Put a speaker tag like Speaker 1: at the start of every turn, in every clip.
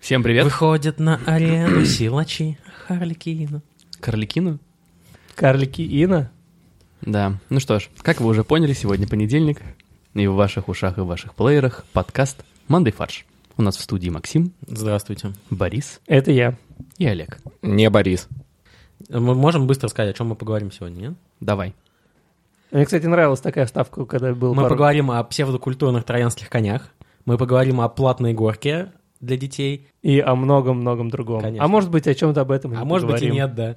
Speaker 1: Всем привет.
Speaker 2: Выходят на арену силачи Харликина.
Speaker 1: Карликину?
Speaker 3: Карлики Ина.
Speaker 1: Да. Ну что ж, как вы уже поняли, сегодня понедельник. И в ваших ушах и в ваших плеерах подкаст «Мандай фарш». У нас в студии Максим,
Speaker 2: Здравствуйте.
Speaker 1: Борис
Speaker 3: Это я.
Speaker 1: и Олег.
Speaker 4: Не Борис.
Speaker 2: Мы можем быстро сказать, о чем мы поговорим сегодня, нет?
Speaker 1: Давай.
Speaker 3: Мне, кстати, нравилась такая ставка, когда был
Speaker 2: Мы
Speaker 3: пару-
Speaker 2: поговорим о псевдокультурных троянских конях. Мы поговорим о платной горке для детей.
Speaker 3: И о многом-многом другом.
Speaker 2: Конечно.
Speaker 3: А может быть, о чем-то об этом и
Speaker 2: А может быть и
Speaker 3: поговорим.
Speaker 2: нет, да.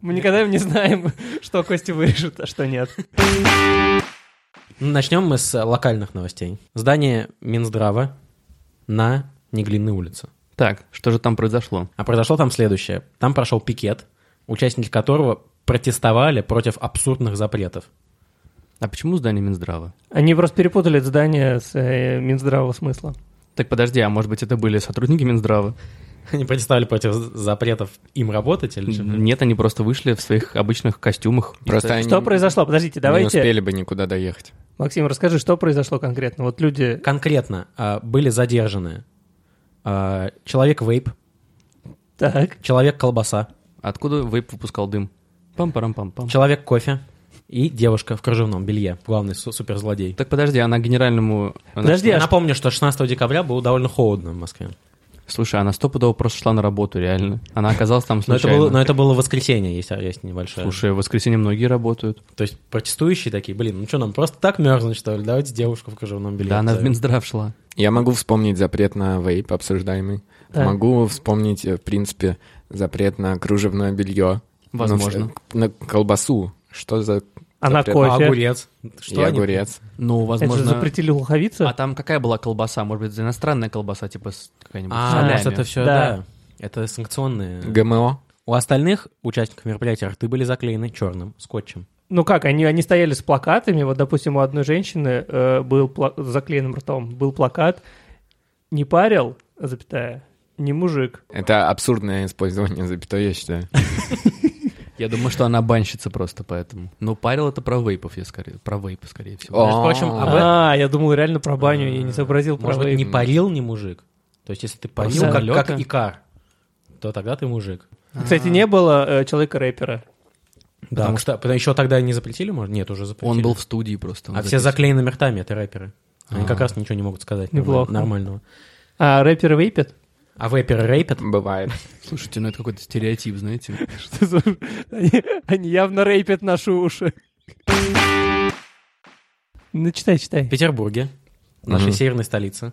Speaker 3: Мы никогда не знаем, что Костя вырежет, а что нет.
Speaker 2: Ну, Начнем мы с э, локальных новостей. Здание Минздрава на Неглинной улице.
Speaker 1: Так, что же там произошло?
Speaker 2: А произошло там следующее. Там прошел пикет, участники которого протестовали против абсурдных запретов.
Speaker 1: А почему здание Минздрава?
Speaker 3: Они просто перепутали это здание с э, Минздравого смысла.
Speaker 1: Так подожди, а может быть это были сотрудники Минздрава?
Speaker 2: Они протестовали против з- запретов им работать или что?
Speaker 1: Нет, они просто вышли в своих обычных костюмах.
Speaker 4: Просто они
Speaker 3: Что произошло? Подождите,
Speaker 4: не
Speaker 3: давайте...
Speaker 4: успели бы никуда доехать.
Speaker 3: Максим, расскажи, что произошло конкретно? Вот люди...
Speaker 2: Конкретно а, были задержаны а, человек вейп,
Speaker 3: Так,
Speaker 2: человек колбаса,
Speaker 1: Откуда вейп выпускал дым? Пам-парам-пам-пам.
Speaker 2: человек кофе и девушка в кружевном белье, главный су- суперзлодей.
Speaker 1: Так подожди, она генеральному... она-
Speaker 3: Подожди,
Speaker 2: Я
Speaker 3: а
Speaker 2: напомню, что 16 декабря было довольно холодно в Москве.
Speaker 1: Слушай, она стопудово просто шла на работу, реально. Она оказалась там
Speaker 2: Но это,
Speaker 1: случайно.
Speaker 2: было, но это было воскресенье, есть, есть небольшое.
Speaker 1: Слушай, в воскресенье многие работают.
Speaker 2: То есть протестующие такие, блин, ну что, нам просто так мерзнуть, что ли? Давайте девушку в кружевном белье.
Speaker 1: да, она в
Speaker 2: позовем».
Speaker 1: Минздрав шла.
Speaker 4: Я могу вспомнить запрет на вейп обсуждаемый.
Speaker 3: Да.
Speaker 4: Могу вспомнить, э, в принципе, запрет на кружевное белье. Ну,
Speaker 1: Возможно.
Speaker 4: На колбасу. Что за...
Speaker 3: она
Speaker 4: запрет.
Speaker 2: А
Speaker 3: кофе.
Speaker 2: огурец. Что
Speaker 4: и
Speaker 2: они-
Speaker 4: огурец.
Speaker 1: Ну,
Speaker 3: Это же
Speaker 1: возможно...
Speaker 3: запретили лоховицу.
Speaker 1: А там какая была колбаса? Может быть, иностранная колбаса, типа с- какая-нибудь
Speaker 2: А,
Speaker 1: салями?
Speaker 2: может, это все, да.
Speaker 3: Да.
Speaker 2: Это санкционные.
Speaker 4: ГМО.
Speaker 2: У остальных участников мероприятия рты были заклеены черным скотчем.
Speaker 3: Ну как, они, они стояли с плакатами. Вот, допустим, у одной женщины э, был пла- с заклеенным ртом был плакат «Не парил, запятая, не мужик».
Speaker 4: Это абсурдное использование запятой, я считаю.
Speaker 1: Я думаю, что она банщица просто поэтому. Ну, парил это про вейпов, я скорее... Про вейпы, скорее всего.
Speaker 4: О,
Speaker 2: Впрочем, об этом-
Speaker 3: А, я думал реально про баню, я не сообразил про
Speaker 2: Может быть,
Speaker 3: вейп.
Speaker 2: не парил не мужик? То есть, если ты парил,
Speaker 3: Да.
Speaker 2: как, как
Speaker 1: Лёка.
Speaker 2: Икар, то тогда ты мужик.
Speaker 3: Кстати, не было э, человека-рэпера.
Speaker 2: Да, потому что потому еще тогда не запретили, может? Нет, уже запретили.
Speaker 1: Он был в студии просто. он
Speaker 2: А все
Speaker 1: записывал.
Speaker 2: заклеенными ртами, это рэперы. Они как раз ничего не могут сказать норма-
Speaker 3: А. Неплохо.
Speaker 2: нормального.
Speaker 3: А рэпер вейпит?
Speaker 2: А вейперы рэпят?
Speaker 4: Бывает.
Speaker 1: Слушайте, ну это какой-то стереотип, знаете.
Speaker 3: Что за- Они, они явно рэпят наши уши. Ну, читай,
Speaker 2: В
Speaker 3: читай.
Speaker 2: Петербурге, нашей
Speaker 4: Мгм.
Speaker 2: северной столице,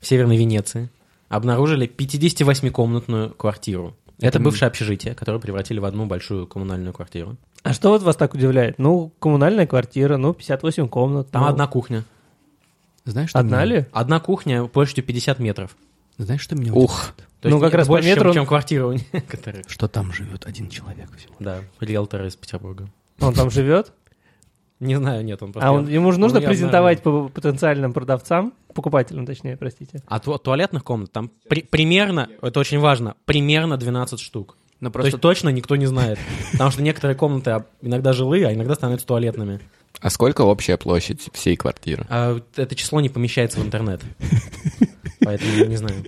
Speaker 2: в Северной Венеции, обнаружили 58-комнатную квартиру. Это бывшее общежитие, которое превратили в одну большую коммунальную квартиру.
Speaker 3: А что вот вас так удивляет? Ну, коммунальная квартира, ну, 58 комнат.
Speaker 2: Там
Speaker 3: ну,
Speaker 2: одна кухня.
Speaker 1: Знаешь, что
Speaker 3: Одна
Speaker 1: меня-
Speaker 3: ли?
Speaker 2: Одна кухня площадью 50 метров.
Speaker 1: Знаешь, что меня
Speaker 4: Ух.
Speaker 2: То
Speaker 3: Ну,
Speaker 2: есть
Speaker 3: как
Speaker 2: это
Speaker 3: раз по
Speaker 2: больше, чем-
Speaker 3: метру он-
Speaker 2: чем квартира у некоторых.
Speaker 1: удивляет? Что там живет один человек всего.
Speaker 2: Да, риэлтор из Петербурга.
Speaker 3: Он там живет?
Speaker 2: Не знаю, нет, он просто...
Speaker 3: А он, ему же
Speaker 2: Ну,
Speaker 3: нужно
Speaker 2: я
Speaker 3: презентовать по потенциальным продавцам, покупателям, точнее, простите.
Speaker 2: А ту- туалетных комнат там при- примерно, это очень важно, примерно 12 штук.
Speaker 1: Ну
Speaker 2: То есть точно никто не знает. Потому что некоторые комнаты а, иногда жилые, а иногда становятся туалетными.
Speaker 4: А сколько общая площадь всей квартиры?
Speaker 2: А вот это число не помещается в интернет. Поэтому я не знаю.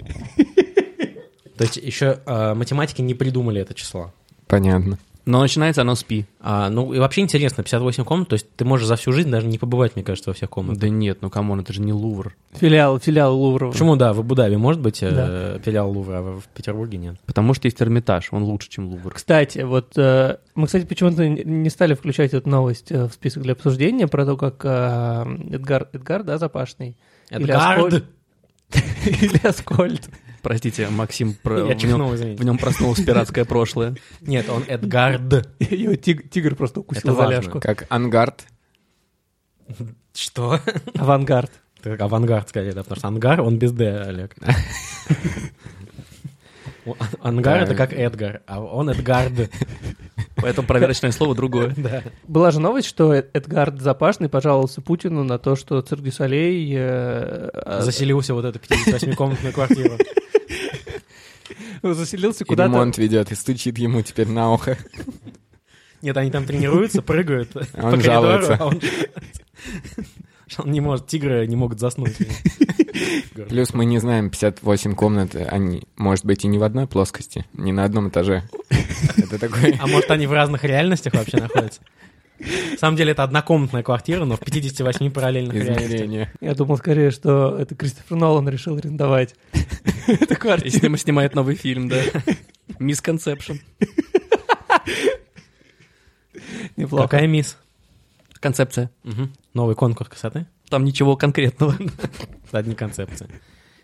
Speaker 2: То есть еще а, математики не придумали это число.
Speaker 4: Понятно.
Speaker 1: Но начинается оно с пи.
Speaker 2: А, ну и вообще интересно, 58 комнат, то есть ты можешь за всю жизнь даже не побывать, мне кажется, во всех комнатах.
Speaker 1: Да нет, ну камон, это же не Лувр.
Speaker 3: Филиал, филиал Луврова.
Speaker 2: Почему, да, в Абу-Даби может быть э, филиал Лувра, а в в Петербурге нет?
Speaker 1: Потому что есть Эрмитаж, он лучше, чем Лувр.
Speaker 3: Кстати, вот э, мы, кстати, почему-то не стали включать эту новость э, в список для обсуждения про то, как э, Эдгар, Эдгар, да, Запашный? Или
Speaker 2: Эдгард!
Speaker 3: Аскольд- Или Аскольд.
Speaker 1: Простите, Максим, про-
Speaker 2: Я
Speaker 1: в, нем,
Speaker 2: чихнул, извините.
Speaker 1: в нем проснулось пиратское прошлое.
Speaker 2: ну, Нет, он Эдгард.
Speaker 3: Его тиг- тигр
Speaker 2: Это
Speaker 3: просто укусил за
Speaker 2: важно.
Speaker 3: ляжку.
Speaker 4: Как ангард.
Speaker 2: Что?
Speaker 3: Авангард.
Speaker 2: Так, авангард скорее, да, потому что ангар, он без Д, Олег. У- а- Ангар
Speaker 4: Да.
Speaker 2: это как Эдгар, а он Эдгард.
Speaker 1: Поэтому проверочное слово другое.
Speaker 3: Была же новость, что Эд- Эдгард Запашный пожаловался Путину на то, что Цирк дю Солей, э, э,
Speaker 2: Заселился вот эту 58-комнатную квартиру.
Speaker 3: заселился
Speaker 4: И
Speaker 3: куда-то.
Speaker 4: ремонт ведет и стучит ему теперь на ухо.
Speaker 2: Нет, они там тренируются, прыгают по
Speaker 4: А он
Speaker 2: коридору,
Speaker 4: жалуется.
Speaker 2: а он жалуется. Что Он не может, тигры не могут заснуть.
Speaker 4: Плюс мы не знаем, 58 комнат, они, может быть, и не в одной плоскости, не на одном этаже. Это такой...
Speaker 2: А может, они в разных реальностях вообще находятся? На самом деле, это однокомнатная квартира, но в 58 параллельных реальностях.
Speaker 4: Измерение.
Speaker 3: Я думал скорее, что это Кристофер Нолан решил арендовать эту квартиру.
Speaker 1: Если ему снимает новый фильм, да. Мисконцепшн.
Speaker 3: Неплохо.
Speaker 2: Какая мисс?
Speaker 1: Концепция.
Speaker 2: Мгм. Новый конкурс красоты?
Speaker 1: Там ничего конкретного.
Speaker 2: Одни концепции.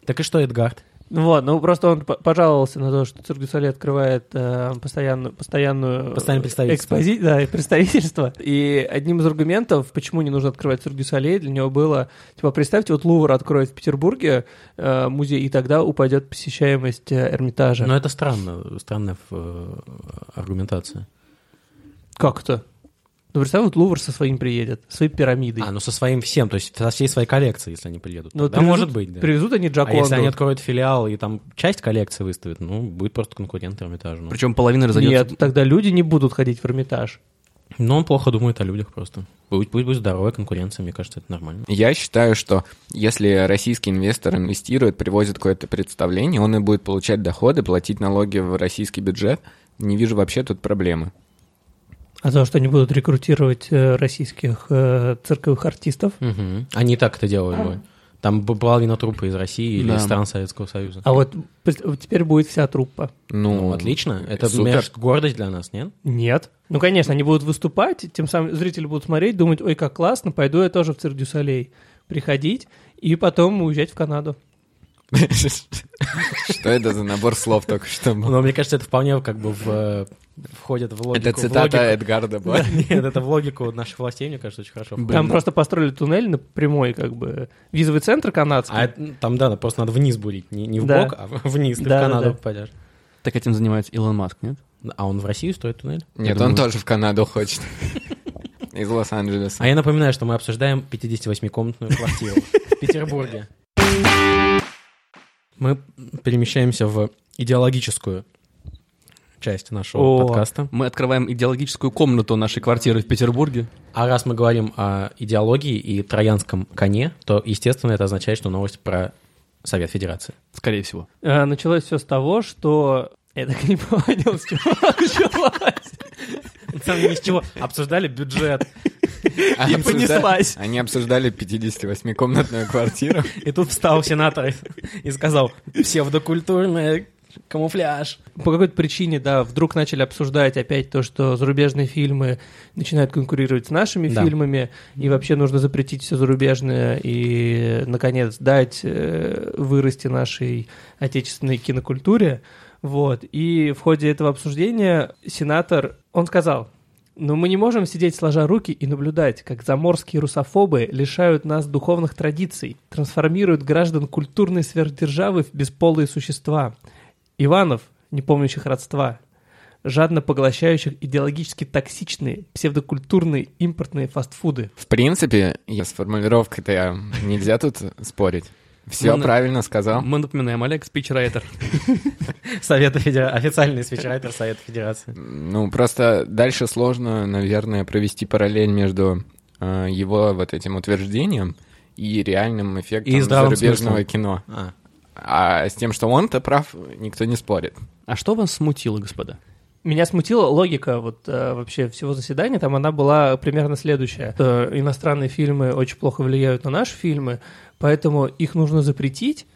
Speaker 2: Так и что, Эдгард?
Speaker 3: Ну Вот, ну просто он п- пожаловался на то, что Цирк дю Солей открывает э, постоянную, постоянную
Speaker 2: Постоянное представительство.
Speaker 3: экспози- да, и представительство. И одним из аргументов, почему не нужно открывать Цирк дю Солей, для него было, типа, представьте, вот Лувр откроет в Петербурге э, музей, и тогда упадет посещаемость э, Эрмитажа.
Speaker 2: Ну, это странно, странная э, аргументация.
Speaker 3: Как то Ну, представь, вот Лувр со своим приедет, со своей пирамидой.
Speaker 2: А, ну со своим всем, то есть со всей своей коллекцией, если они приедут.
Speaker 3: Ну, вот
Speaker 2: да,
Speaker 3: привезут-
Speaker 2: может быть, да.
Speaker 3: Привезут они
Speaker 2: А
Speaker 3: Джаконду.
Speaker 2: если они откроют филиал и там часть коллекции выставят, ну, будет просто конкурент Эрмитажу. Ну.
Speaker 1: Причем половина разойдется.
Speaker 3: Нет, тогда люди не будут ходить в Эрмитаж.
Speaker 2: Но он плохо думает о людях просто. Пусть, пусть будет здоровая конкуренция, мне кажется, это нормально.
Speaker 4: Я считаю, что если российский инвестор инвестирует, привозит какое-то представление, он и будет получать доходы, платить налоги в российский бюджет. Не вижу вообще тут проблемы.
Speaker 3: А то, что они будут рекрутировать э, российских э, цирковых артистов.
Speaker 2: Они и так это делают бы. Там б- половина трупа из России или
Speaker 1: Да.
Speaker 2: из стран Советского Союза.
Speaker 3: А вот пусть- вот теперь будет вся труппа.
Speaker 4: Ну,
Speaker 2: Ну, отлично. Это
Speaker 4: супер.
Speaker 2: меж- гордость для нас, нет?
Speaker 3: Нет. Ну, конечно, они будут выступать, тем самым зрители будут смотреть, думать, ой, как классно, пойду я тоже в цирк Дюсалей приходить и потом уезжать в Канаду.
Speaker 4: Что это за набор слов только что был?
Speaker 2: Но мне кажется, это вполне как бы в, э, входит в логику.
Speaker 4: Это цитата
Speaker 2: в логику-
Speaker 4: Эдгарда была.
Speaker 2: Да, Нет, это в логику наших властей, мне кажется, очень хорошо.
Speaker 1: Блин,
Speaker 3: Там
Speaker 1: ну-
Speaker 3: просто построили туннель на прямой, как бы, визовый центр канадский.
Speaker 2: А это, ну, там, да, просто надо вниз бурить. Не, не в
Speaker 3: Да.
Speaker 2: бок, а в- вниз. Ты
Speaker 3: Да,
Speaker 2: в Канаду
Speaker 3: да, да.
Speaker 2: попадешь.
Speaker 1: Так этим занимается Илон Маск, нет?
Speaker 2: А он в Россию строит туннель? Я
Speaker 4: Нет,
Speaker 2: думаю.
Speaker 4: он тоже в Канаду хочет. Из Лос-Анджелеса.
Speaker 2: А я напоминаю, что мы обсуждаем 58-комнатную квартиру в Петербурге. Мы перемещаемся в идеологическую часть нашего
Speaker 3: О.
Speaker 2: подкаста.
Speaker 1: Мы открываем идеологическую комнату нашей квартиры в Петербурге.
Speaker 2: А раз мы говорим о идеологии и троянском коне, то, естественно, это означает, что новость про Совет Федерации.
Speaker 1: Скорее всего.
Speaker 3: Э, Началось все с того, что... Я так и не понял, с чего началось.
Speaker 2: На самом деле, ни с чего. Обсуждали бюджет.
Speaker 4: Они
Speaker 3: И понеслась.
Speaker 4: обсужда- Они обсуждали 58-комнатную квартиру.
Speaker 2: И тут встал сенатор и- и сказал, псевдокультурная камуфляж.
Speaker 3: По какой-то причине, да, вдруг начали обсуждать опять то, что зарубежные фильмы начинают конкурировать с нашими
Speaker 2: Да.
Speaker 3: фильмами, и вообще нужно запретить все зарубежное и, наконец, дать э, вырасти нашей отечественной кинокультуре. Вот. И в ходе этого обсуждения сенатор, он сказал, но мы не можем сидеть сложа руки и наблюдать, как заморские русофобы лишают нас духовных традиций, трансформируют граждан культурной сверхдержавы в бесполые существа. Иванов, не помнящих родства, жадно поглощающих идеологически токсичные псевдокультурные импортные фастфуды.
Speaker 4: В принципе, я- с формулировкой-то я- нельзя тут спорить. Все
Speaker 1: Ну, на-
Speaker 4: правильно сказал.
Speaker 1: Мы напоминаем, Олег спичрайтер.
Speaker 2: Совета Федерации. Официальный спичрайтер Совета Федерации.
Speaker 4: Ну, просто дальше сложно, наверное, провести параллель между э, его вот этим утверждением и реальным эффектом
Speaker 2: И здравым
Speaker 4: зарубежного
Speaker 2: смыслом.
Speaker 4: кино.
Speaker 2: А,
Speaker 4: А с тем, что он-то прав, никто не спорит.
Speaker 1: А что вас смутило, господа?
Speaker 3: Меня смутила логика вот э, вообще всего заседания, там она была примерно следующая. Э, иностранные фильмы очень плохо влияют на наши фильмы, поэтому их нужно запретить,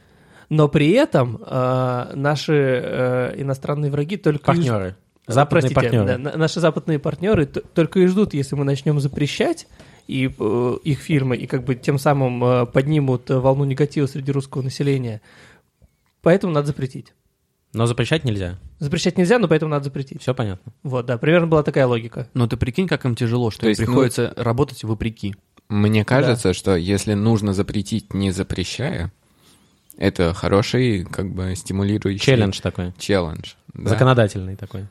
Speaker 3: но при этом э, наши э, иностранные враги только... и ж-
Speaker 2: партнеры. Западные
Speaker 3: Простите, да, ну.
Speaker 2: партнеры.
Speaker 3: на- наши западные партнеры т- только и ждут, если мы начнем запрещать и э, их фильмы, и как бы тем самым э, поднимут э, волну негатива среди русского населения. Поэтому надо запретить.
Speaker 2: Но запрещать нельзя.
Speaker 3: Запрещать нельзя, но поэтому надо запретить.
Speaker 2: Все понятно.
Speaker 3: Вот, да, примерно была такая логика.
Speaker 1: Но Ну, ты прикинь, как им тяжело, что
Speaker 4: То
Speaker 1: им
Speaker 4: есть, ну-
Speaker 1: приходится работать вопреки.
Speaker 4: Мне кажется, что если нужно запретить, не запрещая, это хороший, как бы, стимулирующий...
Speaker 2: Челлендж такой.
Speaker 4: Челлендж. да.
Speaker 2: Законодательный такой.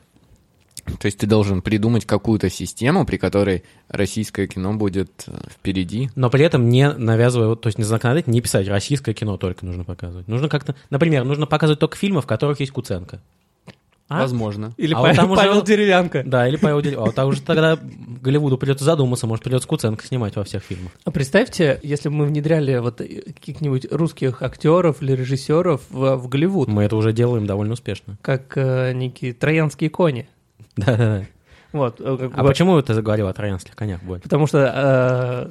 Speaker 4: То есть ты должен придумать какую-то систему, при которой российское кино будет э, впереди.
Speaker 2: Но при этом не навязывая, вот, то есть не законодательно, не писать российское кино только нужно показывать. Нужно как-то, например, нужно показывать только фильмы, в которых есть Куценко. А?
Speaker 1: Возможно.
Speaker 3: Или
Speaker 2: А
Speaker 3: Па-
Speaker 2: вот там уже-
Speaker 3: Павел Деревянко.
Speaker 2: Да, или Павел Деревянко. А там уже тогда Голливуду придется задуматься, может, придется Куценко снимать во всех фильмах.
Speaker 3: А представьте, если бы мы внедряли вот э, каких-нибудь русских актеров или режиссеров в, в Голливуд,
Speaker 2: Мы это уже делаем довольно успешно.
Speaker 3: как э, некие троянские кони.
Speaker 2: Да-да-да.
Speaker 3: Вот, э, как
Speaker 2: А
Speaker 3: бы-
Speaker 2: почему ты заговорил о троянских конях, Борь?
Speaker 3: Потому что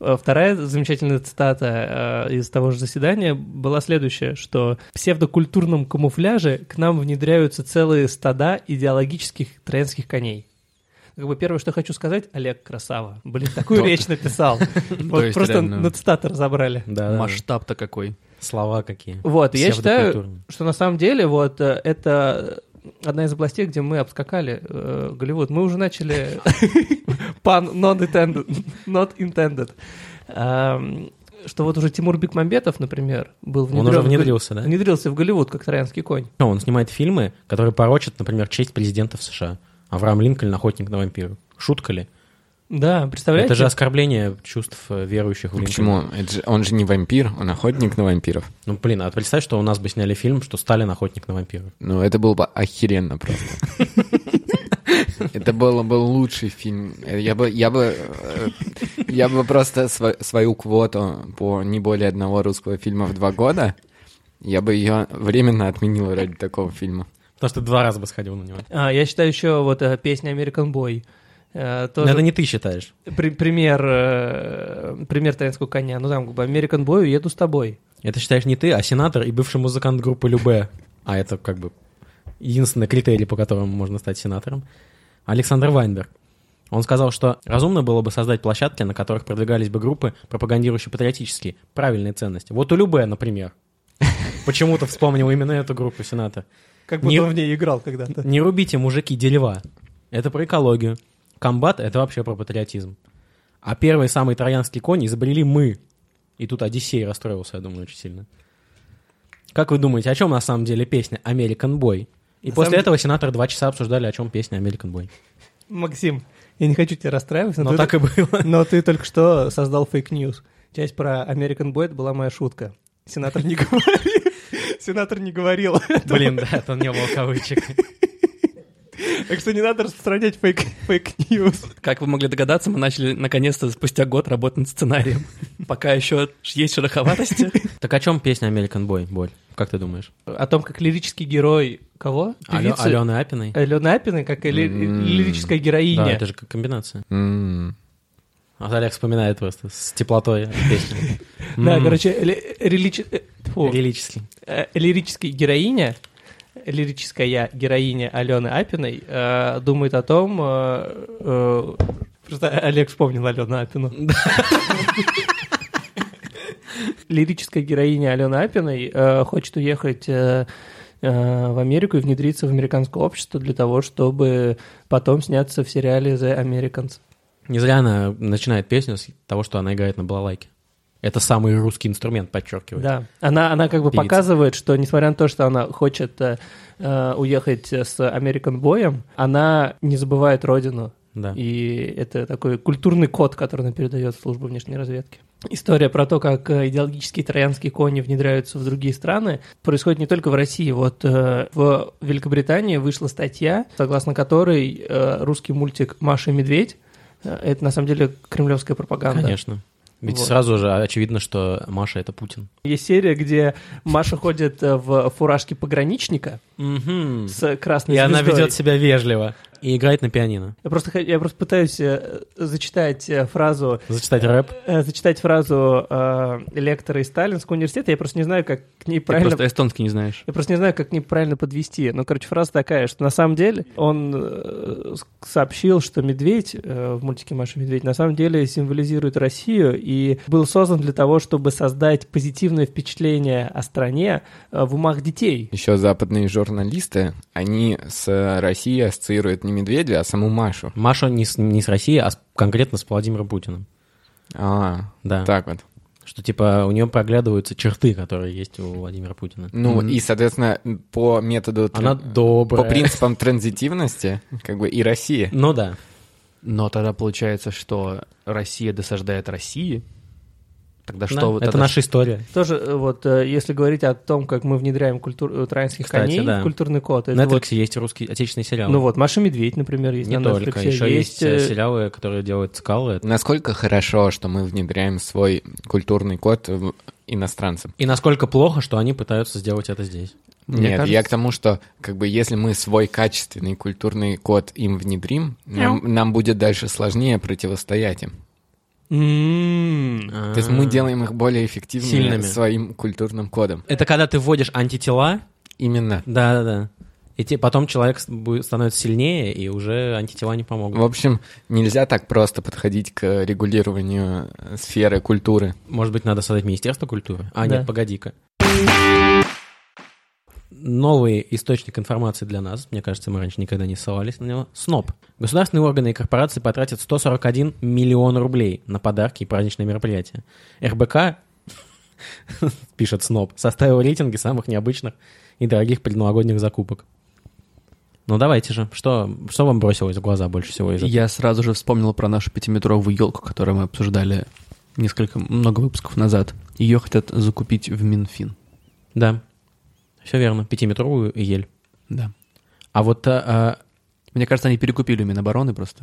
Speaker 3: э, вторая замечательная цитата э, из того же заседания была следующая, что в псевдокультурном камуфляже к нам внедряются целые стада идеологических троянских коней. Ну, Как бы первое, что хочу сказать, Олег Красава. Блин, такую речь написал. Вот
Speaker 1: Ну, есть
Speaker 3: просто
Speaker 1: реально-
Speaker 3: на цитаты разобрали.
Speaker 2: Да,
Speaker 1: Масштаб-то какой.
Speaker 2: Слова какие.
Speaker 3: Вот, и я считаю,
Speaker 2: Псевдокультурные.
Speaker 3: что на самом деле вот э, это одна из областей, где мы обскакали э, Голливуд. Мы уже начали пан not intended. Not intended. Эм, Что вот уже Тимур Бекмамбетов, например, был
Speaker 2: Он
Speaker 3: внедрен...
Speaker 2: уже
Speaker 3: в Гол-
Speaker 2: внедрился, да?
Speaker 3: Внедрился в Голливуд, как троянский конь.
Speaker 2: Ну, Он снимает фильмы, которые порочат, например, честь президента в США. Авраам Линкольн, охотник на вампиров. Шутка ли?
Speaker 3: Да, представляете?
Speaker 2: Это же оскорбление чувств э, верующих в
Speaker 4: Ну,
Speaker 2: Линкольна.
Speaker 4: Почему? Это же- он же не вампир, он охотник на вампиров.
Speaker 2: Ну, блин, а представь, что у нас бы сняли фильм, что Сталин охотник на вампиров.
Speaker 4: Ну, это было бы охеренно просто. Это было бы лучший фильм. Э, Я бы, я бы, э, я бы просто сво- свою квоту по не более одного русского фильма в два года, я бы ее временно отменил ради такого фильма.
Speaker 2: Потому что ты два раза бы сходил на него.
Speaker 3: А, Я считаю еще вот э, песня «American Boy». э,
Speaker 2: Но
Speaker 3: тоже
Speaker 2: Это не ты считаешь.
Speaker 3: при- пример, э, пример троянского коня. Ну там как бы «American Boy» еду с тобой.
Speaker 2: Это считаешь не ты, а сенатор и бывший музыкант группы Любе. А это как бы единственный критерий, по которому можно стать сенатором. Александр Вайнберг. Он сказал, что разумно было бы создать площадки, на которых продвигались бы группы, пропагандирующие патриотические, правильные ценности. Вот у Любе, например. Почему-то вспомнил именно эту группу сената.
Speaker 3: Как
Speaker 2: будто Не-
Speaker 3: он в ней играл когда-то.
Speaker 2: Не рубите, мужики, дерева. Это про экологию. Комбат — это вообще про патриотизм. А первый самый троянский конь изобрели мы. И тут Одиссей расстроился, я думаю, очень сильно. Как вы думаете, о чем на самом деле песня «American Boy»? И
Speaker 3: На
Speaker 2: после
Speaker 3: самом
Speaker 2: этого сенаторы два часа обсуждали, о чем песня «American Boy».
Speaker 3: Максим, я не хочу тебя расстраивать, но,
Speaker 2: Но
Speaker 3: ты,
Speaker 2: так и было.
Speaker 3: но ты только что создал фейк-ньюс. Часть про American Boy это была моя шутка. Сенатор не говорил. Сенатор не говорил.
Speaker 2: Блин, да, это не было кавычек.
Speaker 3: Так что не надо распространять фейк- фейк-ньюс.
Speaker 1: Как вы могли догадаться, мы начали наконец-то спустя год работать над сценарием. Пока еще есть шероховатости.
Speaker 2: Так о чем песня «American Boy», Боль? Как ты думаешь?
Speaker 3: О том, как лирический герой... Кого?
Speaker 2: Алё-
Speaker 3: Певицы?
Speaker 2: Алены Апиной?
Speaker 3: Алены Апиной, как и ли-
Speaker 4: М.
Speaker 3: лирическая героиня.
Speaker 2: Да, это же как комбинация.
Speaker 4: М.
Speaker 2: А Олег вспоминает просто с теплотой песню.
Speaker 3: Да,
Speaker 2: М,
Speaker 3: короче, ли- релич- э, тьфу,
Speaker 2: Лирически.
Speaker 3: э, лирический героиня, лирическая героиня Алены Апиной э, думает о том, э, э, просто Олег вспомнил Алену Апину. Лирическая героиня Алены Апиной э, хочет уехать э, э, в Америку и внедриться в американское общество для того, чтобы потом сняться в сериале The Americans.
Speaker 2: Не зря она начинает песню с того, что она играет на балалайке. Это самый русский инструмент, подчеркивает.
Speaker 3: Да, она, она как бы
Speaker 2: Певица.
Speaker 3: показывает, что несмотря на то, что она хочет э, э, уехать с American Boy, она не забывает родину.
Speaker 2: Да.
Speaker 3: И это такой культурный код, который она передает в службу внешней разведки. История про то, как э, идеологические троянские кони внедряются в другие страны, происходит не только в России. Вот э, в Великобритании вышла статья, согласно которой э, русский мультик «Маша и медведь» э, это на самом деле кремлевская пропаганда.
Speaker 2: Конечно. Ведь
Speaker 3: Вот.
Speaker 2: сразу же очевидно, что Маша — это Путин.
Speaker 3: Есть серия, где Маша ходит э, в фуражке пограничника
Speaker 2: Угу.
Speaker 3: с
Speaker 2: И
Speaker 3: красной
Speaker 2: она
Speaker 3: звездой.
Speaker 2: ведет себя вежливо. И играет на пианино.
Speaker 3: Я просто, хо- я просто пытаюсь э, зачитать э, фразу,
Speaker 2: Зачитать рэп.
Speaker 3: э, зачитать фразу э, лектора из Сталинского университета. Я просто не знаю, как к ней
Speaker 1: Ты
Speaker 3: правильно.
Speaker 1: просто эстонский не знаешь.
Speaker 3: Я просто не знаю, как к ней правильно подвести. Но, короче, фраза такая, что на самом деле он э, с- сообщил, что медведь э, в мультике «Маша и медведь» на самом деле символизирует Россию и был создан для того, чтобы создать позитивное впечатление о стране э, в умах детей.
Speaker 4: Еще западные журналисты, они с Россией ассоциируют не медведя, а саму Машу.
Speaker 2: Маша не с, не с России, а с- конкретно с Владимиром Путиным.
Speaker 4: А,
Speaker 2: Да.
Speaker 4: так вот.
Speaker 2: Что типа у нее проглядываются черты, которые есть у Владимира Путина.
Speaker 4: Ну
Speaker 1: Мгм.
Speaker 4: и, соответственно, по методу...
Speaker 2: Она
Speaker 4: тр-
Speaker 2: добрая.
Speaker 4: По принципам транзитивности, как бы и Россия.
Speaker 2: Ну да.
Speaker 1: Но тогда получается, что Россия досаждает России,
Speaker 5: Тогда
Speaker 2: Да,
Speaker 5: что вы
Speaker 2: это
Speaker 5: тогда-
Speaker 2: наша история.
Speaker 3: Тоже э, вот, э, если говорить о том, как мы внедряем культур... э, украинских
Speaker 2: Кстати,
Speaker 3: коней,
Speaker 2: да.
Speaker 3: в культурный код,
Speaker 2: На
Speaker 3: это
Speaker 2: Netflix
Speaker 3: вот,
Speaker 2: есть русский отечественный сериал.
Speaker 3: ну вот, Маша Медведь, например, есть
Speaker 2: не
Speaker 3: на
Speaker 2: только,
Speaker 3: Netflixе,
Speaker 2: еще есть э,
Speaker 3: э,
Speaker 2: сериалы, которые делают скалы.
Speaker 4: Насколько хорошо, что мы внедряем свой культурный код в иностранцам?
Speaker 2: И насколько плохо, что они пытаются сделать это здесь.
Speaker 5: Мне
Speaker 4: Нет,
Speaker 5: кажется-
Speaker 4: я к тому, что как бы если мы свой качественный культурный код им внедрим, нам, нам будет дальше сложнее противостоять им.
Speaker 3: м,
Speaker 4: То есть
Speaker 2: А.
Speaker 4: мы делаем их более эффективными
Speaker 2: Сильными.
Speaker 4: своим культурным кодом.
Speaker 2: Это когда ты вводишь антитела,
Speaker 4: Именно.
Speaker 2: да-да-да, и те- потом человек с- будет- становится сильнее, и уже антитела не помогут.
Speaker 4: В общем, нельзя так просто подходить к регулированию э, сферы культуры.
Speaker 2: Может быть, надо создать Министерство культуры? А,
Speaker 3: Да.
Speaker 2: нет, погоди-ка. Новый источник информации для нас, мне кажется, мы раньше никогда не ссылались на него, СНОП. Государственные органы и корпорации потратят 141 миллион рублей на подарки и праздничные мероприятия. РБК, пишет СНОП, составил рейтинги самых необычных и дорогих предновогодних закупок. Ну давайте же, что, что вам бросилось в глаза больше всего из этого?
Speaker 5: Я сразу же вспомнил про нашу пятиметровую елку, которую мы обсуждали несколько, много выпусков назад. Ее хотят закупить в Минфин.
Speaker 2: Да, все верно, пятиметровую ель.
Speaker 5: Да.
Speaker 2: А вот а, а,
Speaker 5: Мне кажется, они перекупили у Минобороны просто.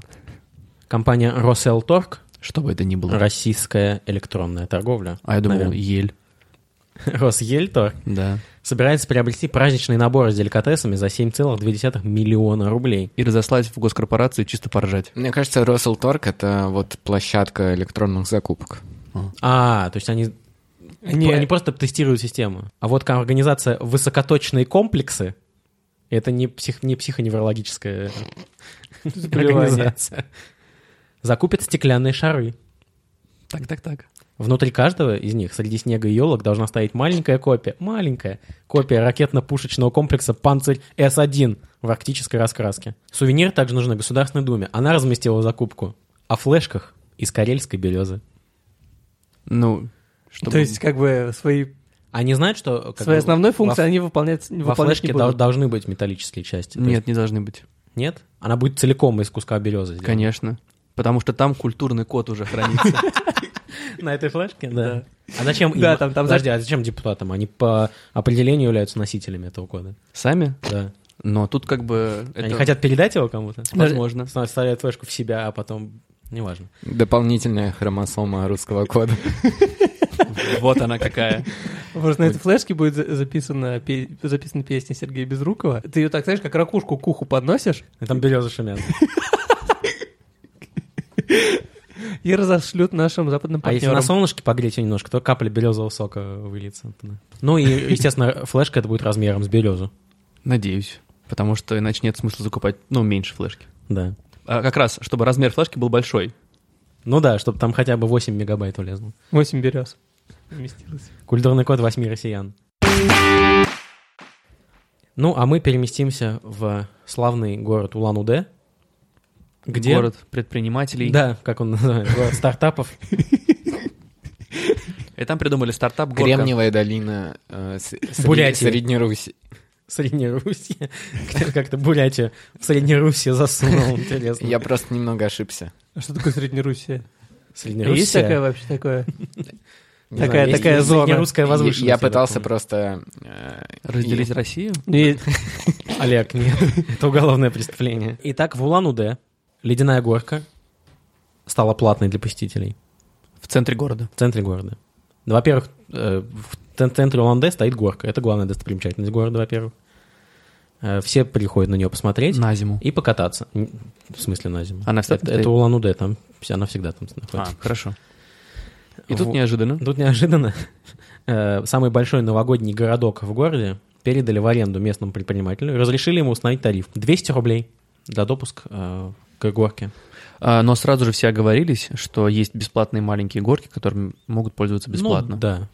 Speaker 2: Компания Роселторг,
Speaker 5: Что бы это ни было.
Speaker 2: российская электронная торговля,
Speaker 5: А я думал,
Speaker 2: Наверное.
Speaker 5: ель.
Speaker 2: Росельторг,
Speaker 5: Да.
Speaker 2: собирается приобрести праздничный набор с деликатесами за 7,2 миллиона рублей.
Speaker 5: И разослать в госкорпорации чисто поржать.
Speaker 4: Мне кажется, Роселторг — это вот площадка электронных закупок.
Speaker 2: А, то есть они,
Speaker 3: Они-
Speaker 2: они просто тестируют систему. А вот как организация «Высокоточные комплексы» это не, псих, не психоневрологическая организация. Закупит стеклянные шары.
Speaker 5: Так, так, так.
Speaker 2: Внутри каждого из них, среди снега и елок, должна стоять маленькая копия, маленькая копия ракетно-пушечного комплекса «Панцирь С-1» в арктической раскраске. Сувенир также нужны Государственной Думе. Она разместила закупку о флешках из карельской березы.
Speaker 5: Ну, чтобы...
Speaker 3: То есть, как бы, свои,
Speaker 2: Они знают, что... как
Speaker 3: своей
Speaker 2: бы,
Speaker 3: основной функции
Speaker 2: во,
Speaker 3: они выполнять,
Speaker 2: во
Speaker 3: выполнять не
Speaker 2: флешке дол-
Speaker 3: будут.
Speaker 2: должны быть металлические части. То есть-
Speaker 5: Нет, не должны быть.
Speaker 2: нет? Она будет целиком из куска березы. сделана.
Speaker 5: Конечно. Потому что там культурный код уже хранится.
Speaker 2: На этой флешке? Да. А зачем им?
Speaker 3: Да, там- там-
Speaker 2: Подожди, а зачем депутатам? Они по определению являются носителями этого кода.
Speaker 5: Сами?
Speaker 2: Да.
Speaker 5: Но тут как бы...
Speaker 2: Они
Speaker 5: это-
Speaker 2: хотят передать его кому-то?
Speaker 5: Возможно.
Speaker 2: Снова Вставляют флешку в себя, а потом... Неважно.
Speaker 4: Дополнительная хромосома русского кода.
Speaker 5: Вот она какая.
Speaker 3: Просто на этой флешке будет за- записана, пе- записана песня Сергея Безрукова. Ты ее так, знаешь, как ракушку к уху подносишь
Speaker 2: И там березы шумят.
Speaker 3: и разошлют нашим западным
Speaker 2: А если
Speaker 3: партнерам.
Speaker 2: на солнышке погреть её немножко, то капля березового сока выльется. оттуда. Ну и, естественно, флешка это будет размером с березу.
Speaker 5: Надеюсь. Потому что иначе нет смысла закупать, ну, меньше флешки.
Speaker 2: Да.
Speaker 5: А как раз, чтобы размер флешки был большой.
Speaker 2: Ну да, чтобы там хотя бы 8 мегабайт улезло.
Speaker 3: Восемь берез. Вместилось.
Speaker 2: Культурный код 8 россиян. Ну, а мы переместимся в славный город Улан-Удэ, где...
Speaker 5: Город предпринимателей.
Speaker 2: Да, как он называется, город стартапов.
Speaker 5: И там придумали стартап горка.
Speaker 4: Кремниевая долина э, с- сре-
Speaker 2: Бурятии.
Speaker 4: Средней Руси.
Speaker 2: Среднеруссия. Кто-то Как-то Бурятию в Среднеруссия засунул, интересно.
Speaker 4: Я просто немного ошибся.
Speaker 3: А что такое Среднеруссия?
Speaker 2: Среднеруссия.
Speaker 3: А Есть такая вообще такое?
Speaker 4: Не
Speaker 3: Такая-
Speaker 4: знаю, есть-
Speaker 3: такая
Speaker 4: есть-
Speaker 3: зона.
Speaker 2: Среднерусская возвышенность.
Speaker 4: Я пытался
Speaker 2: так
Speaker 4: просто... э,
Speaker 5: Разделить Россию?
Speaker 3: Ну, И-
Speaker 2: понимаю. Олег, нет, это уголовное преступление. Итак, в Улан-Удэ ледяная горка стала платной для посетителей
Speaker 5: В центре города.
Speaker 2: в центре города. Ну, Во-первых, э, в цен- центре Улан-Удэ стоит горка. Это главная достопримечательность города, во-первых. Э, Все приходят на нее посмотреть
Speaker 5: На зиму.
Speaker 2: и покататься. Н- В смысле на зиму.
Speaker 5: Она всегда
Speaker 2: это,
Speaker 5: стоит?
Speaker 2: это Улан-Удэ, там вся- она всегда там находится.
Speaker 5: А, хорошо. И тут
Speaker 2: Во-
Speaker 5: неожиданно.
Speaker 2: Тут неожиданно э, самый большой новогодний городок в городе передали в аренду местному предпринимателю и разрешили ему установить тариф. 200 рублей за допуск э, к горке.
Speaker 5: А, Но сразу же все оговорились, что есть бесплатные маленькие горки, которыми могут пользоваться бесплатно.
Speaker 2: Ну, да.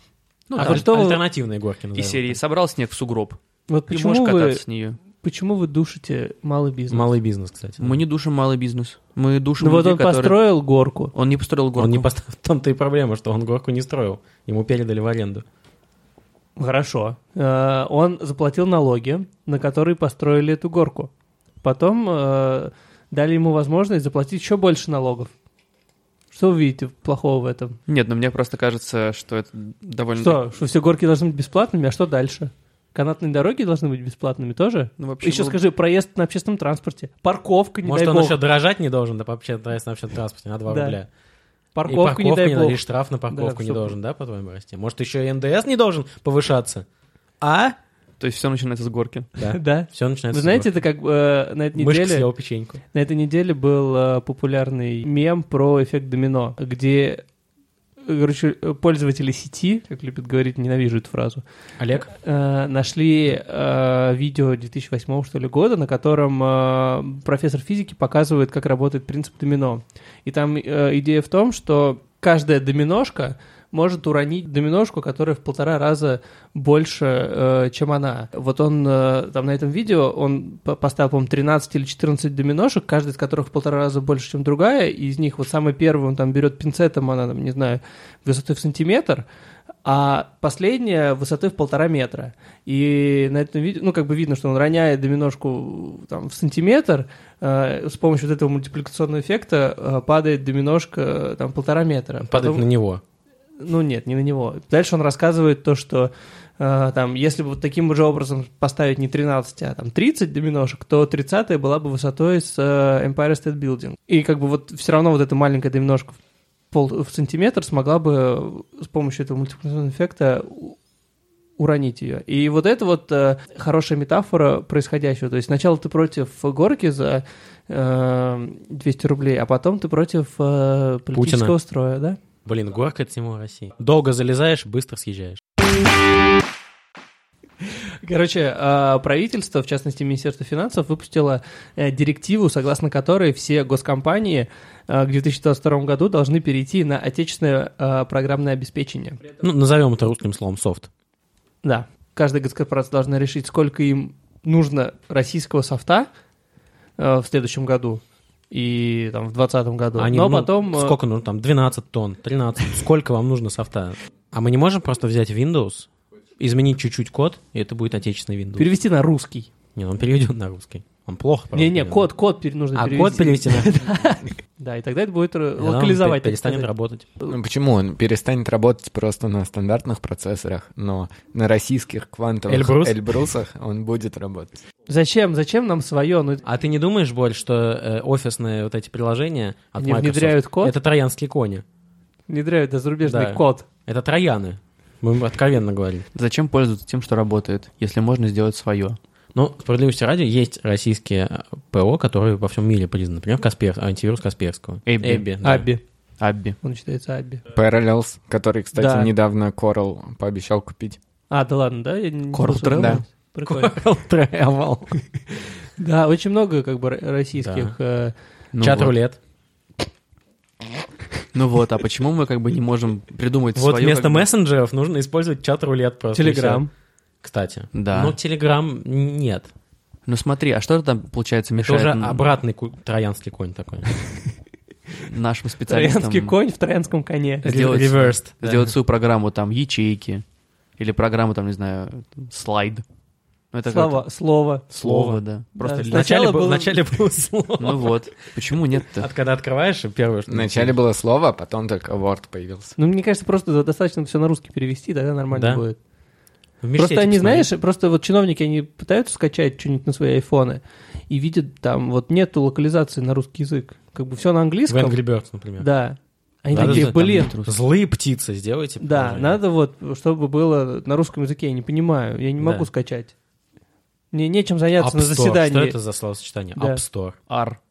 Speaker 5: Ну,
Speaker 2: а
Speaker 5: да.
Speaker 2: вот
Speaker 3: что вы-
Speaker 2: альтернативные горки
Speaker 5: Из
Speaker 2: назовем.
Speaker 5: серии собрал снег в сугроб.
Speaker 3: Вот
Speaker 5: Ты
Speaker 3: почему
Speaker 5: можешь
Speaker 3: вы,
Speaker 5: кататься с нее.
Speaker 3: почему вы душите малый бизнес?
Speaker 2: Малый бизнес, кстати.
Speaker 5: Мы не душим малый бизнес. Мы душим
Speaker 3: Ну вот
Speaker 5: людей,
Speaker 3: он
Speaker 5: которые-
Speaker 3: построил горку.
Speaker 5: Он не построил горку.
Speaker 2: Он не поставил. В том-то и проблема, что он горку не строил. Ему передали в аренду.
Speaker 3: Хорошо. Э, Он заплатил налоги, на которые построили эту горку. Потом э, дали ему возможность заплатить еще больше налогов. Что вы видите плохого в этом?
Speaker 5: Нет, но мне просто кажется, что это довольно...
Speaker 3: Что, что все горки должны быть бесплатными, а что дальше? Канатные дороги должны быть бесплатными тоже?
Speaker 5: Ну, вообще
Speaker 3: Еще
Speaker 5: было бы-
Speaker 3: скажи, проезд на общественном транспорте, парковка, не
Speaker 2: Может,
Speaker 3: дай
Speaker 2: он
Speaker 3: бог,
Speaker 2: еще дорожать не должен, да, вообще проезд на общественном транспорте на 2
Speaker 3: Да.
Speaker 2: рубля. И
Speaker 3: парковка, не дай
Speaker 2: надо,
Speaker 3: бог.
Speaker 2: И штраф на парковку не
Speaker 3: всё.
Speaker 2: должен, да, по-твоему, расти? Может, еще и НДС не должен повышаться? А?
Speaker 5: То есть все начинается с горки.
Speaker 2: Да.
Speaker 3: Да.
Speaker 2: Все начинается
Speaker 3: Вы
Speaker 2: с
Speaker 3: знаете, это как э, на этой
Speaker 2: этого. Мышка
Speaker 3: неделе...
Speaker 2: съела печеньку.
Speaker 3: На этой неделе был э, популярный мем про эффект домино, где э, короче, э, пользователи сети, как любят говорить, ненавижу эту фразу,
Speaker 2: Олег?
Speaker 3: э, нашли э, видео 2008 что ли года, на котором э, профессор физики показывает, как работает принцип домино. И там э, идея в том, что каждая доминошка может уронить доминошку, которая в полтора раза больше, э, чем она. Вот он э, там на этом видео, он по- поставил, по-моему, 13 или 14 доминошек, каждая из которых в полтора раза больше, чем другая, и из них вот самый первый он там берет пинцетом, она там, не знаю, высотой в сантиметр, а последняя высоты в полтора метра. И на этом видео, ну, как бы видно, что он роняет доминошку там в сантиметр, э, с помощью вот этого мультипликационного эффекта э, падает доминошка э, там полтора метра.
Speaker 2: Падает
Speaker 3: Потом-
Speaker 2: на него.
Speaker 3: ну нет, не на него. Дальше он рассказывает то, что э, там, если бы вот таким же образом поставить не 13, а там 30 доминошек, то 30 была бы высотой с э, Empire State Building. И как бы вот все равно вот эта маленькая доминошка в, пол, в сантиметр смогла бы с помощью этого мультипликационного эффекта у- уронить ее. И вот это вот э, хорошая метафора происходящего. То есть сначала ты против горки за э, 200 рублей, а потом ты против э, политического строя, да?
Speaker 2: Блин, горка это тема России. Долго залезаешь, быстро съезжаешь.
Speaker 3: Короче, э, правительство, в частности Министерство финансов, выпустило э, директиву, согласно которой все госкомпании э, к 2022 году должны перейти на отечественное э, программное обеспечение.
Speaker 2: Ну, назовем это русским словом софт.
Speaker 3: Да, каждая госкорпорация должна решить, сколько им нужно российского софта э, в следующем году и там в 2020 году.
Speaker 2: Они,
Speaker 3: Но
Speaker 2: ну,
Speaker 3: потом... э,
Speaker 2: Сколько нужно? Там 12 тонн, 13. Сколько вам нужно софта? А мы не можем просто взять Windows, изменить чуть-чуть код, и это будет отечественный Windows.
Speaker 3: Перевести на русский.
Speaker 2: Не, он переведен на русский. Он плохо. просто
Speaker 3: Не-не,
Speaker 2: переведен.
Speaker 3: код, код пере- нужно
Speaker 2: А
Speaker 3: перевести.
Speaker 2: код перевести на
Speaker 3: Да, и тогда это будет э,
Speaker 2: Да, он
Speaker 3: локализовать.
Speaker 2: пе-
Speaker 3: так
Speaker 2: перестанет
Speaker 3: сказать.
Speaker 2: работать.
Speaker 4: Ну, почему? Он перестанет работать просто на стандартных процессорах, но на российских квантовых
Speaker 2: Эльбрус?
Speaker 4: Эльбрусах он будет работать.
Speaker 3: Зачем? Зачем нам свое? Ну,
Speaker 2: А ты не думаешь, Боль, что э, офисные вот эти приложения от
Speaker 3: Они
Speaker 2: Microsoft-
Speaker 3: внедряют код?
Speaker 2: Это троянские кони.
Speaker 3: внедряют да, зарубежный
Speaker 2: Да.
Speaker 3: код.
Speaker 2: Это трояны. Мы откровенно говорим.
Speaker 5: Зачем пользоваться тем, что работает, если можно сделать свое?
Speaker 2: Ну, справедливости ради, есть российские э, ПО, которые во всем мире признаны. Например, Каспер, антивирус Касперского.
Speaker 5: Эбби.
Speaker 2: да.
Speaker 3: Абби.
Speaker 5: Абби.
Speaker 3: Он считается Абби.
Speaker 4: Parallels, который, кстати,
Speaker 3: Да.
Speaker 4: недавно Coral пообещал купить.
Speaker 3: А, да ладно, да? Я не
Speaker 5: Корл
Speaker 3: не
Speaker 5: Тревел?
Speaker 3: знаю. Прикольно.
Speaker 2: Coral Travel.
Speaker 3: Да, очень много как бы р- российских. э,
Speaker 5: Ну
Speaker 2: Чат
Speaker 5: вот.
Speaker 2: рулет.
Speaker 5: Ну вот, а почему мы как бы не можем придумать
Speaker 2: Вот
Speaker 5: свое,
Speaker 2: вместо
Speaker 5: как бы-
Speaker 2: мессенджеров нужно использовать чат рулет просто. и
Speaker 3: Телеграм.
Speaker 2: всё. Кстати.
Speaker 5: Да.
Speaker 2: Но Телеграм нет.
Speaker 5: Ну смотри, а что там, получается,
Speaker 2: Это
Speaker 5: мешает
Speaker 2: уже
Speaker 5: н-
Speaker 2: обратный ку- троянский конь такой.
Speaker 5: нашим специалистам
Speaker 3: Троянский конь в троянском коне.
Speaker 5: Сделать-
Speaker 2: Reversed. да.
Speaker 5: сделать свою программу, там, ячейки, или программу, там, не знаю, там, слайд. Ну, это
Speaker 3: Слова.
Speaker 5: как-то-
Speaker 3: Слово.
Speaker 5: Слово, да. Просто
Speaker 3: Да,
Speaker 5: для-
Speaker 2: Вначале
Speaker 3: Сначала
Speaker 2: был-
Speaker 3: было-
Speaker 2: вначале было слово.
Speaker 5: Ну вот, почему нет-то?
Speaker 2: От когда открываешь, и первое, что...
Speaker 4: Вначале было слово, а потом только Word появился.
Speaker 3: Ну, мне кажется, просто достаточно все на русский перевести, тогда нормально
Speaker 2: Да.
Speaker 3: будет.
Speaker 2: В
Speaker 3: Просто
Speaker 2: мечеть
Speaker 3: они,
Speaker 2: посмотри.
Speaker 3: знаешь, просто вот чиновники, они пытаются скачать что-нибудь на свои айфоны и видят там, вот нету локализации на русский язык. Как бы все на
Speaker 2: В
Speaker 3: английском.
Speaker 2: Angry Birds, например.
Speaker 3: Да. Они
Speaker 2: Да,
Speaker 3: такие,
Speaker 2: да, да, там
Speaker 3: блин,
Speaker 2: Злые птицы сделайте.
Speaker 3: Да,
Speaker 2: приложение.
Speaker 3: надо вот, чтобы было на русском языке, я не понимаю, я не
Speaker 2: Да.
Speaker 3: могу скачать. Мне нечем
Speaker 2: App
Speaker 3: заняться
Speaker 2: Store.
Speaker 3: на заседании.
Speaker 2: Что это за словосочетание?
Speaker 3: Да.
Speaker 2: App Store.
Speaker 5: Ар.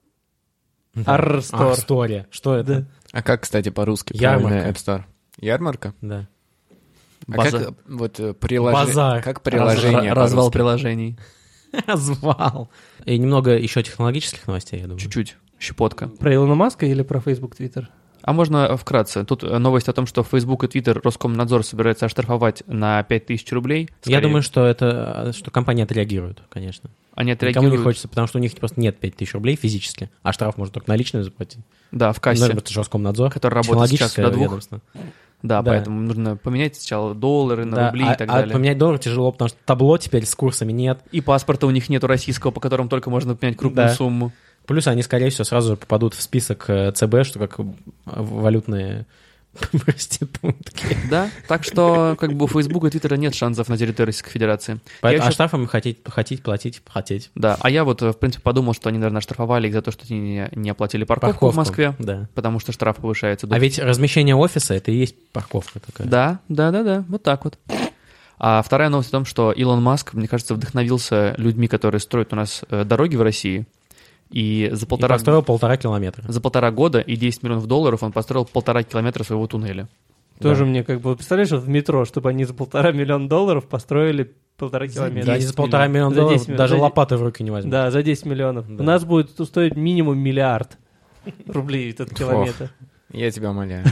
Speaker 3: Ар
Speaker 2: App
Speaker 3: Store.
Speaker 2: Store. Что это?
Speaker 3: Да.
Speaker 4: А как, кстати, по-русски
Speaker 2: Ярмарка.
Speaker 4: правильно App Store? Ярмарка?
Speaker 2: Да.
Speaker 4: А
Speaker 5: База-
Speaker 4: как э, вот э, приложе-
Speaker 2: Базар.
Speaker 4: Как приложение
Speaker 5: Раз- Развал
Speaker 4: по-русски?
Speaker 5: приложений.
Speaker 2: Звал. И немного еще технологических новостей, я думаю.
Speaker 5: Чуть-чуть. Щепотка.
Speaker 3: Про Илона Маска или про Facebook, Twitter?
Speaker 5: А можно вкратце? Тут э, новость о том, что Facebook и Twitter Роскомнадзор собирается оштрафовать на 5000 рублей.
Speaker 2: Я
Speaker 5: Скорее,
Speaker 2: думаю, что это э, что компании отреагируют, конечно.
Speaker 5: они
Speaker 2: Никому не
Speaker 5: отреагируют.
Speaker 2: хочется, потому что у них просто нет 5000 рублей физически, а штраф можно только наличную заплатить.
Speaker 5: Да, в
Speaker 2: Может
Speaker 5: кассе.
Speaker 2: быть, Роскомнадзор,
Speaker 5: Который работает с часу до
Speaker 2: технологическое
Speaker 5: двух.
Speaker 2: ведомство.
Speaker 5: Да,
Speaker 2: Да.
Speaker 5: поэтому нужно поменять сначала доллары на
Speaker 2: Да,
Speaker 5: рубли
Speaker 2: а-
Speaker 5: и так
Speaker 2: а
Speaker 5: далее.
Speaker 2: поменять доллар тяжело, потому что табло теперь с курсами нет.
Speaker 5: И паспорта у них нету российского, по которому только можно поменять крупную
Speaker 2: Да.
Speaker 5: сумму.
Speaker 2: Плюс они, скорее всего, сразу же попадут в список э, ЦБ, что как валютные проститутки.
Speaker 5: Да, так что как бы у Фейсбука и Твиттера нет шансов на территории Российской Федерации. Я
Speaker 2: Поэтому, а
Speaker 5: ещё-
Speaker 2: штрафами хотеть, хотеть платить, хотеть.
Speaker 5: Да, а я вот, э, в принципе, подумал, что они, наверное, штрафовали их за то, что они не, не оплатили парковку, в Москве,
Speaker 2: Да.
Speaker 5: потому что штраф повышается до
Speaker 2: А ведь размещение офиса — это и есть парковка такая.
Speaker 5: Да, да, да, да, вот так вот. А вторая новость о том, что Илон Маск, мне кажется, вдохновился людьми, которые строят у нас э, дороги в России. И за
Speaker 2: И
Speaker 5: полтора,
Speaker 2: построил полтора километра.
Speaker 5: за полтора года и 10 миллионов долларов он построил полтора километра своего туннеля.
Speaker 3: Тоже мне как бы, представляешь, вот в метро, чтобы они за полтора миллиона долларов построили полтора километра.
Speaker 2: И за полтора миллиона
Speaker 3: За
Speaker 2: долларов
Speaker 3: 10 миллионов.
Speaker 2: даже
Speaker 3: За де-
Speaker 2: лопаты в руки не возьмут.
Speaker 3: Да, за 10 миллионов.
Speaker 2: Да.
Speaker 3: У нас будет стоить минимум миллиард рублей этот километр.
Speaker 4: Я тебя умоляю.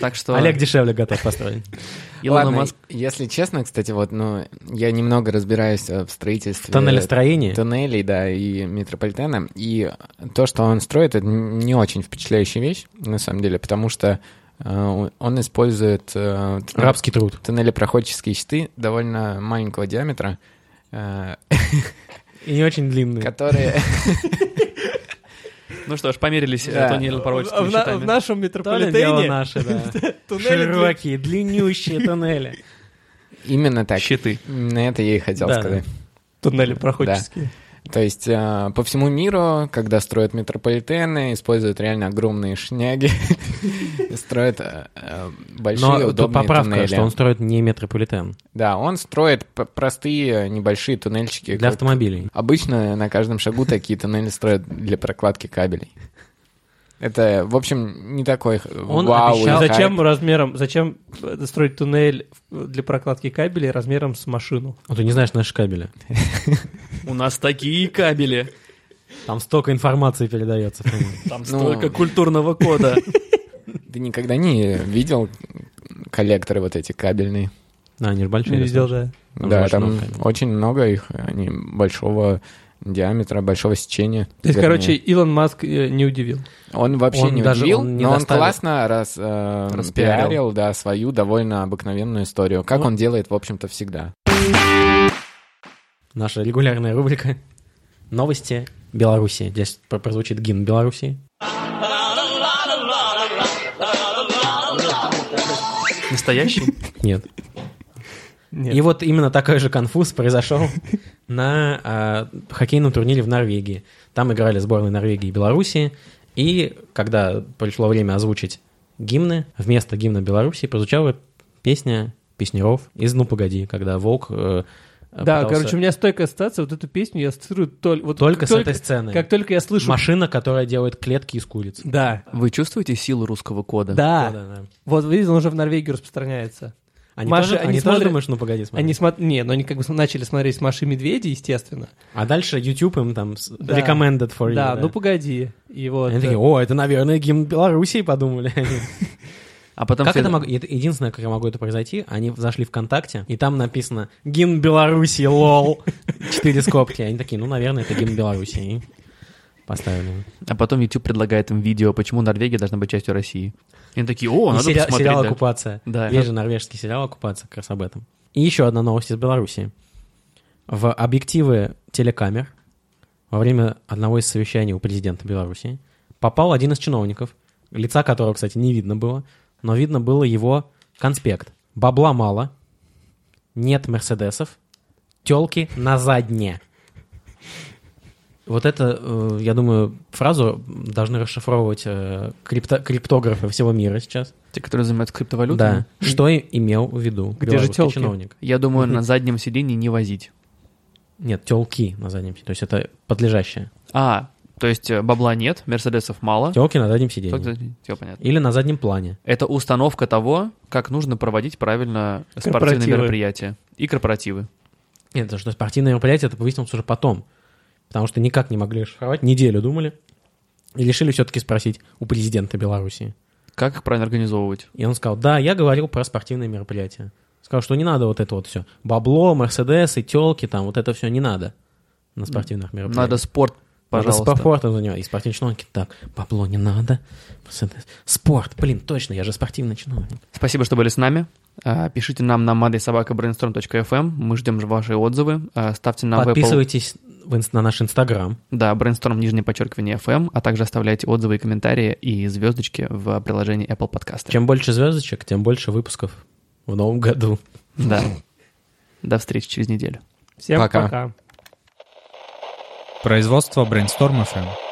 Speaker 5: Так что
Speaker 2: Олег дешевле готов построить.
Speaker 5: Илона
Speaker 4: Ладно,
Speaker 5: Маск...
Speaker 4: Если честно, кстати, вот, ну, я немного разбираюсь э, в строительстве
Speaker 2: Тоннелестроение.
Speaker 4: тоннелей, да, и метрополитена. И то, что он строит, это не очень впечатляющая вещь, на самом деле, потому что э, он использует э, тон-
Speaker 2: Рабский труд.
Speaker 4: тоннелепроходческие щиты довольно маленького диаметра, э,
Speaker 2: И не очень длинный.
Speaker 4: которые...
Speaker 5: Ну что ж, померились
Speaker 4: Да.
Speaker 5: э, тоннельно-порочными
Speaker 3: в, на-
Speaker 5: щитами.
Speaker 3: в нашем
Speaker 2: Тоннели
Speaker 3: метрополитене
Speaker 2: наши, да.
Speaker 3: туннели для-
Speaker 2: Широкие, длиннющие тоннели.
Speaker 4: Именно так.
Speaker 5: Щиты.
Speaker 4: На это я и хотел
Speaker 2: Да.
Speaker 4: сказать.
Speaker 3: Туннели проходческие.
Speaker 4: То есть э, по всему миру, когда строят метрополитены, используют реально огромные шняги, строят э, э, большие
Speaker 2: Но тут
Speaker 4: удобные
Speaker 2: поправка, что он
Speaker 4: туннели.
Speaker 2: строит не метрополитен.
Speaker 4: Да, он строит п- простые небольшие туннельчики.
Speaker 2: Для
Speaker 4: как-
Speaker 2: автомобилей.
Speaker 4: Обычно на каждом шагу такие туннели строят для прокладки кабелей. Это, в общем, не такой х-
Speaker 2: Он
Speaker 4: вау. и
Speaker 2: обещал-
Speaker 4: хайп.
Speaker 3: Зачем размером, зачем э, строить туннель в- для прокладки кабелей размером с машину?
Speaker 2: А ты не знаешь наши кабели.
Speaker 5: У нас такие кабели,
Speaker 2: Там столько информации передается.
Speaker 5: там
Speaker 4: Ну.
Speaker 5: столько культурного кода.
Speaker 4: Ты никогда не видел коллекторы вот эти кабельные?
Speaker 2: Да, они же
Speaker 3: Не
Speaker 2: большие.
Speaker 3: видел, да.
Speaker 2: Там
Speaker 4: Да,
Speaker 2: больше
Speaker 4: там
Speaker 2: много камер.
Speaker 4: очень много их, они большого диаметра, большого сечения.
Speaker 3: То есть,
Speaker 4: Вернее,
Speaker 3: короче, Илон Маск э, не удивил.
Speaker 4: он вообще
Speaker 2: он
Speaker 4: не
Speaker 2: даже-
Speaker 4: удивил,
Speaker 2: он не
Speaker 4: но он
Speaker 2: доставил.
Speaker 4: классно раз, э,
Speaker 5: Распиарил.
Speaker 4: пиарил, да, свою довольно обыкновенную историю, как
Speaker 2: Ну.
Speaker 4: он делает, в общем-то, всегда.
Speaker 2: Наша регулярная рубрика «Новости Беларуси». Здесь пр- прозвучит гимн Беларуси.
Speaker 5: Настоящий?
Speaker 2: Нет.
Speaker 3: Нет.
Speaker 2: И вот именно такой же конфуз произошел на а, хоккейном турнире в Норвегии. Там играли сборные Норвегии и Белоруссии. И когда пришло время озвучить гимны, вместо гимна Белоруссии прозвучала песня песнеров из «Ну, погоди», когда Волк э,
Speaker 3: Да,
Speaker 2: пытался-
Speaker 3: короче, у меня стойкая ассоциация, вот эту песню я ассоциирую только... Вот
Speaker 2: только
Speaker 3: как
Speaker 2: с этой сцены.
Speaker 3: Как только я слышу...
Speaker 2: Машина, которая делает клетки из куриц.
Speaker 3: Да,
Speaker 5: Вы чувствуете силу русского кода?
Speaker 3: да,
Speaker 2: Да-да-да.
Speaker 3: Вот, видел, он уже в Норвегию распространяется.
Speaker 2: Они,
Speaker 3: Маша,
Speaker 2: тоже,
Speaker 3: они
Speaker 2: они тоже
Speaker 3: смотрят-
Speaker 2: думают, что «Ну, погоди» смотрят.
Speaker 3: Они смо... Не, но они как бы см- начали смотреть с Машей Медведи, естественно.
Speaker 2: А дальше YouTube им там с-
Speaker 3: Да.
Speaker 2: recommended for you.
Speaker 3: да, ну погоди. И вот...
Speaker 2: Они такие,
Speaker 3: э,
Speaker 2: о, это, наверное, гимн Белоруссии, подумали они.
Speaker 5: А потом
Speaker 2: Как
Speaker 5: все-
Speaker 2: это мог... это Единственное, как я могу это произойти, они зашли ВКонтакте, и там написано «Гимн Беларуси, лол». Четыре скобки. Они такие, ну, наверное, это гимн Беларуси. И поставили.
Speaker 5: А потом YouTube предлагает им видео, почему Норвегия должна быть частью России. И они такие, о,
Speaker 2: И
Speaker 5: надо
Speaker 2: сериал,
Speaker 5: посмотреть.
Speaker 2: сериал
Speaker 5: да».
Speaker 2: «Оккупация».
Speaker 5: Да.
Speaker 2: Есть же норвежский сериал «Оккупация», как раз об этом. И еще одна новость из Беларуси. В объективы телекамер во время одного из совещаний у президента Беларуси попал один из чиновников, лица которого, кстати, не видно было, но видно было его конспект. Бабла мало, нет мерседесов, телки на задне. Вот это, э, я думаю, фразу должны расшифровывать э, крипто- криптографы всего мира сейчас.
Speaker 5: Те, которые занимаются криптовалютами.
Speaker 2: Да. Что и- имел в виду
Speaker 3: Где же
Speaker 2: белорусский
Speaker 3: тёлки?
Speaker 2: чиновник?
Speaker 5: Я думаю, на заднем сиденье не возить.
Speaker 2: Нет, телки на заднем сиденье. То есть это подлежащее.
Speaker 5: А, то есть э, бабла нет, мерседесов
Speaker 3: А?
Speaker 5: мало.
Speaker 2: Телки на заднем сиденье.
Speaker 5: Все понятно.
Speaker 2: Или на заднем плане.
Speaker 5: Это установка того, как нужно проводить правильно спортивные
Speaker 3: Корпоративы.
Speaker 5: мероприятия и корпоративы.
Speaker 2: Нет, потому что спортивное мероприятие это выяснилось уже потом. Потому что никак не могли расшифровать. Неделю думали. И решили все-таки спросить у президента Беларуси.
Speaker 5: Как их правильно организовывать?
Speaker 2: И он сказал, да, я говорил про спортивные мероприятия. Сказал, что не надо вот это вот все. Бабло, мерседесы, телки, там, вот это все не надо на спортивных мероприятиях.
Speaker 5: Надо спорт, пожалуйста.
Speaker 2: Надо спортом заниматься. И спортивный чиновник так, бабло не надо. Мерседес. Спорт, блин, точно, я же спортивный чиновник.
Speaker 5: Спасибо, что были с нами. А, эм. Пишите нам на madrysobakabrainstorm.fm. Мы ждем ваши отзывы. А, Ставьте нам в Apple-
Speaker 2: Подписывайтесь в инст- на наш Инстаграм.
Speaker 5: Да, Brainstorm, нижнее подчеркивание FM, а также оставляйте отзывы и комментарии и звездочки в приложении Apple Podcasts.
Speaker 2: Чем больше звездочек, тем больше выпусков в новом году.
Speaker 5: Да. До встречи через неделю.
Speaker 3: Всем
Speaker 4: Пока.
Speaker 3: пока.
Speaker 6: Производство Brainstorm FM.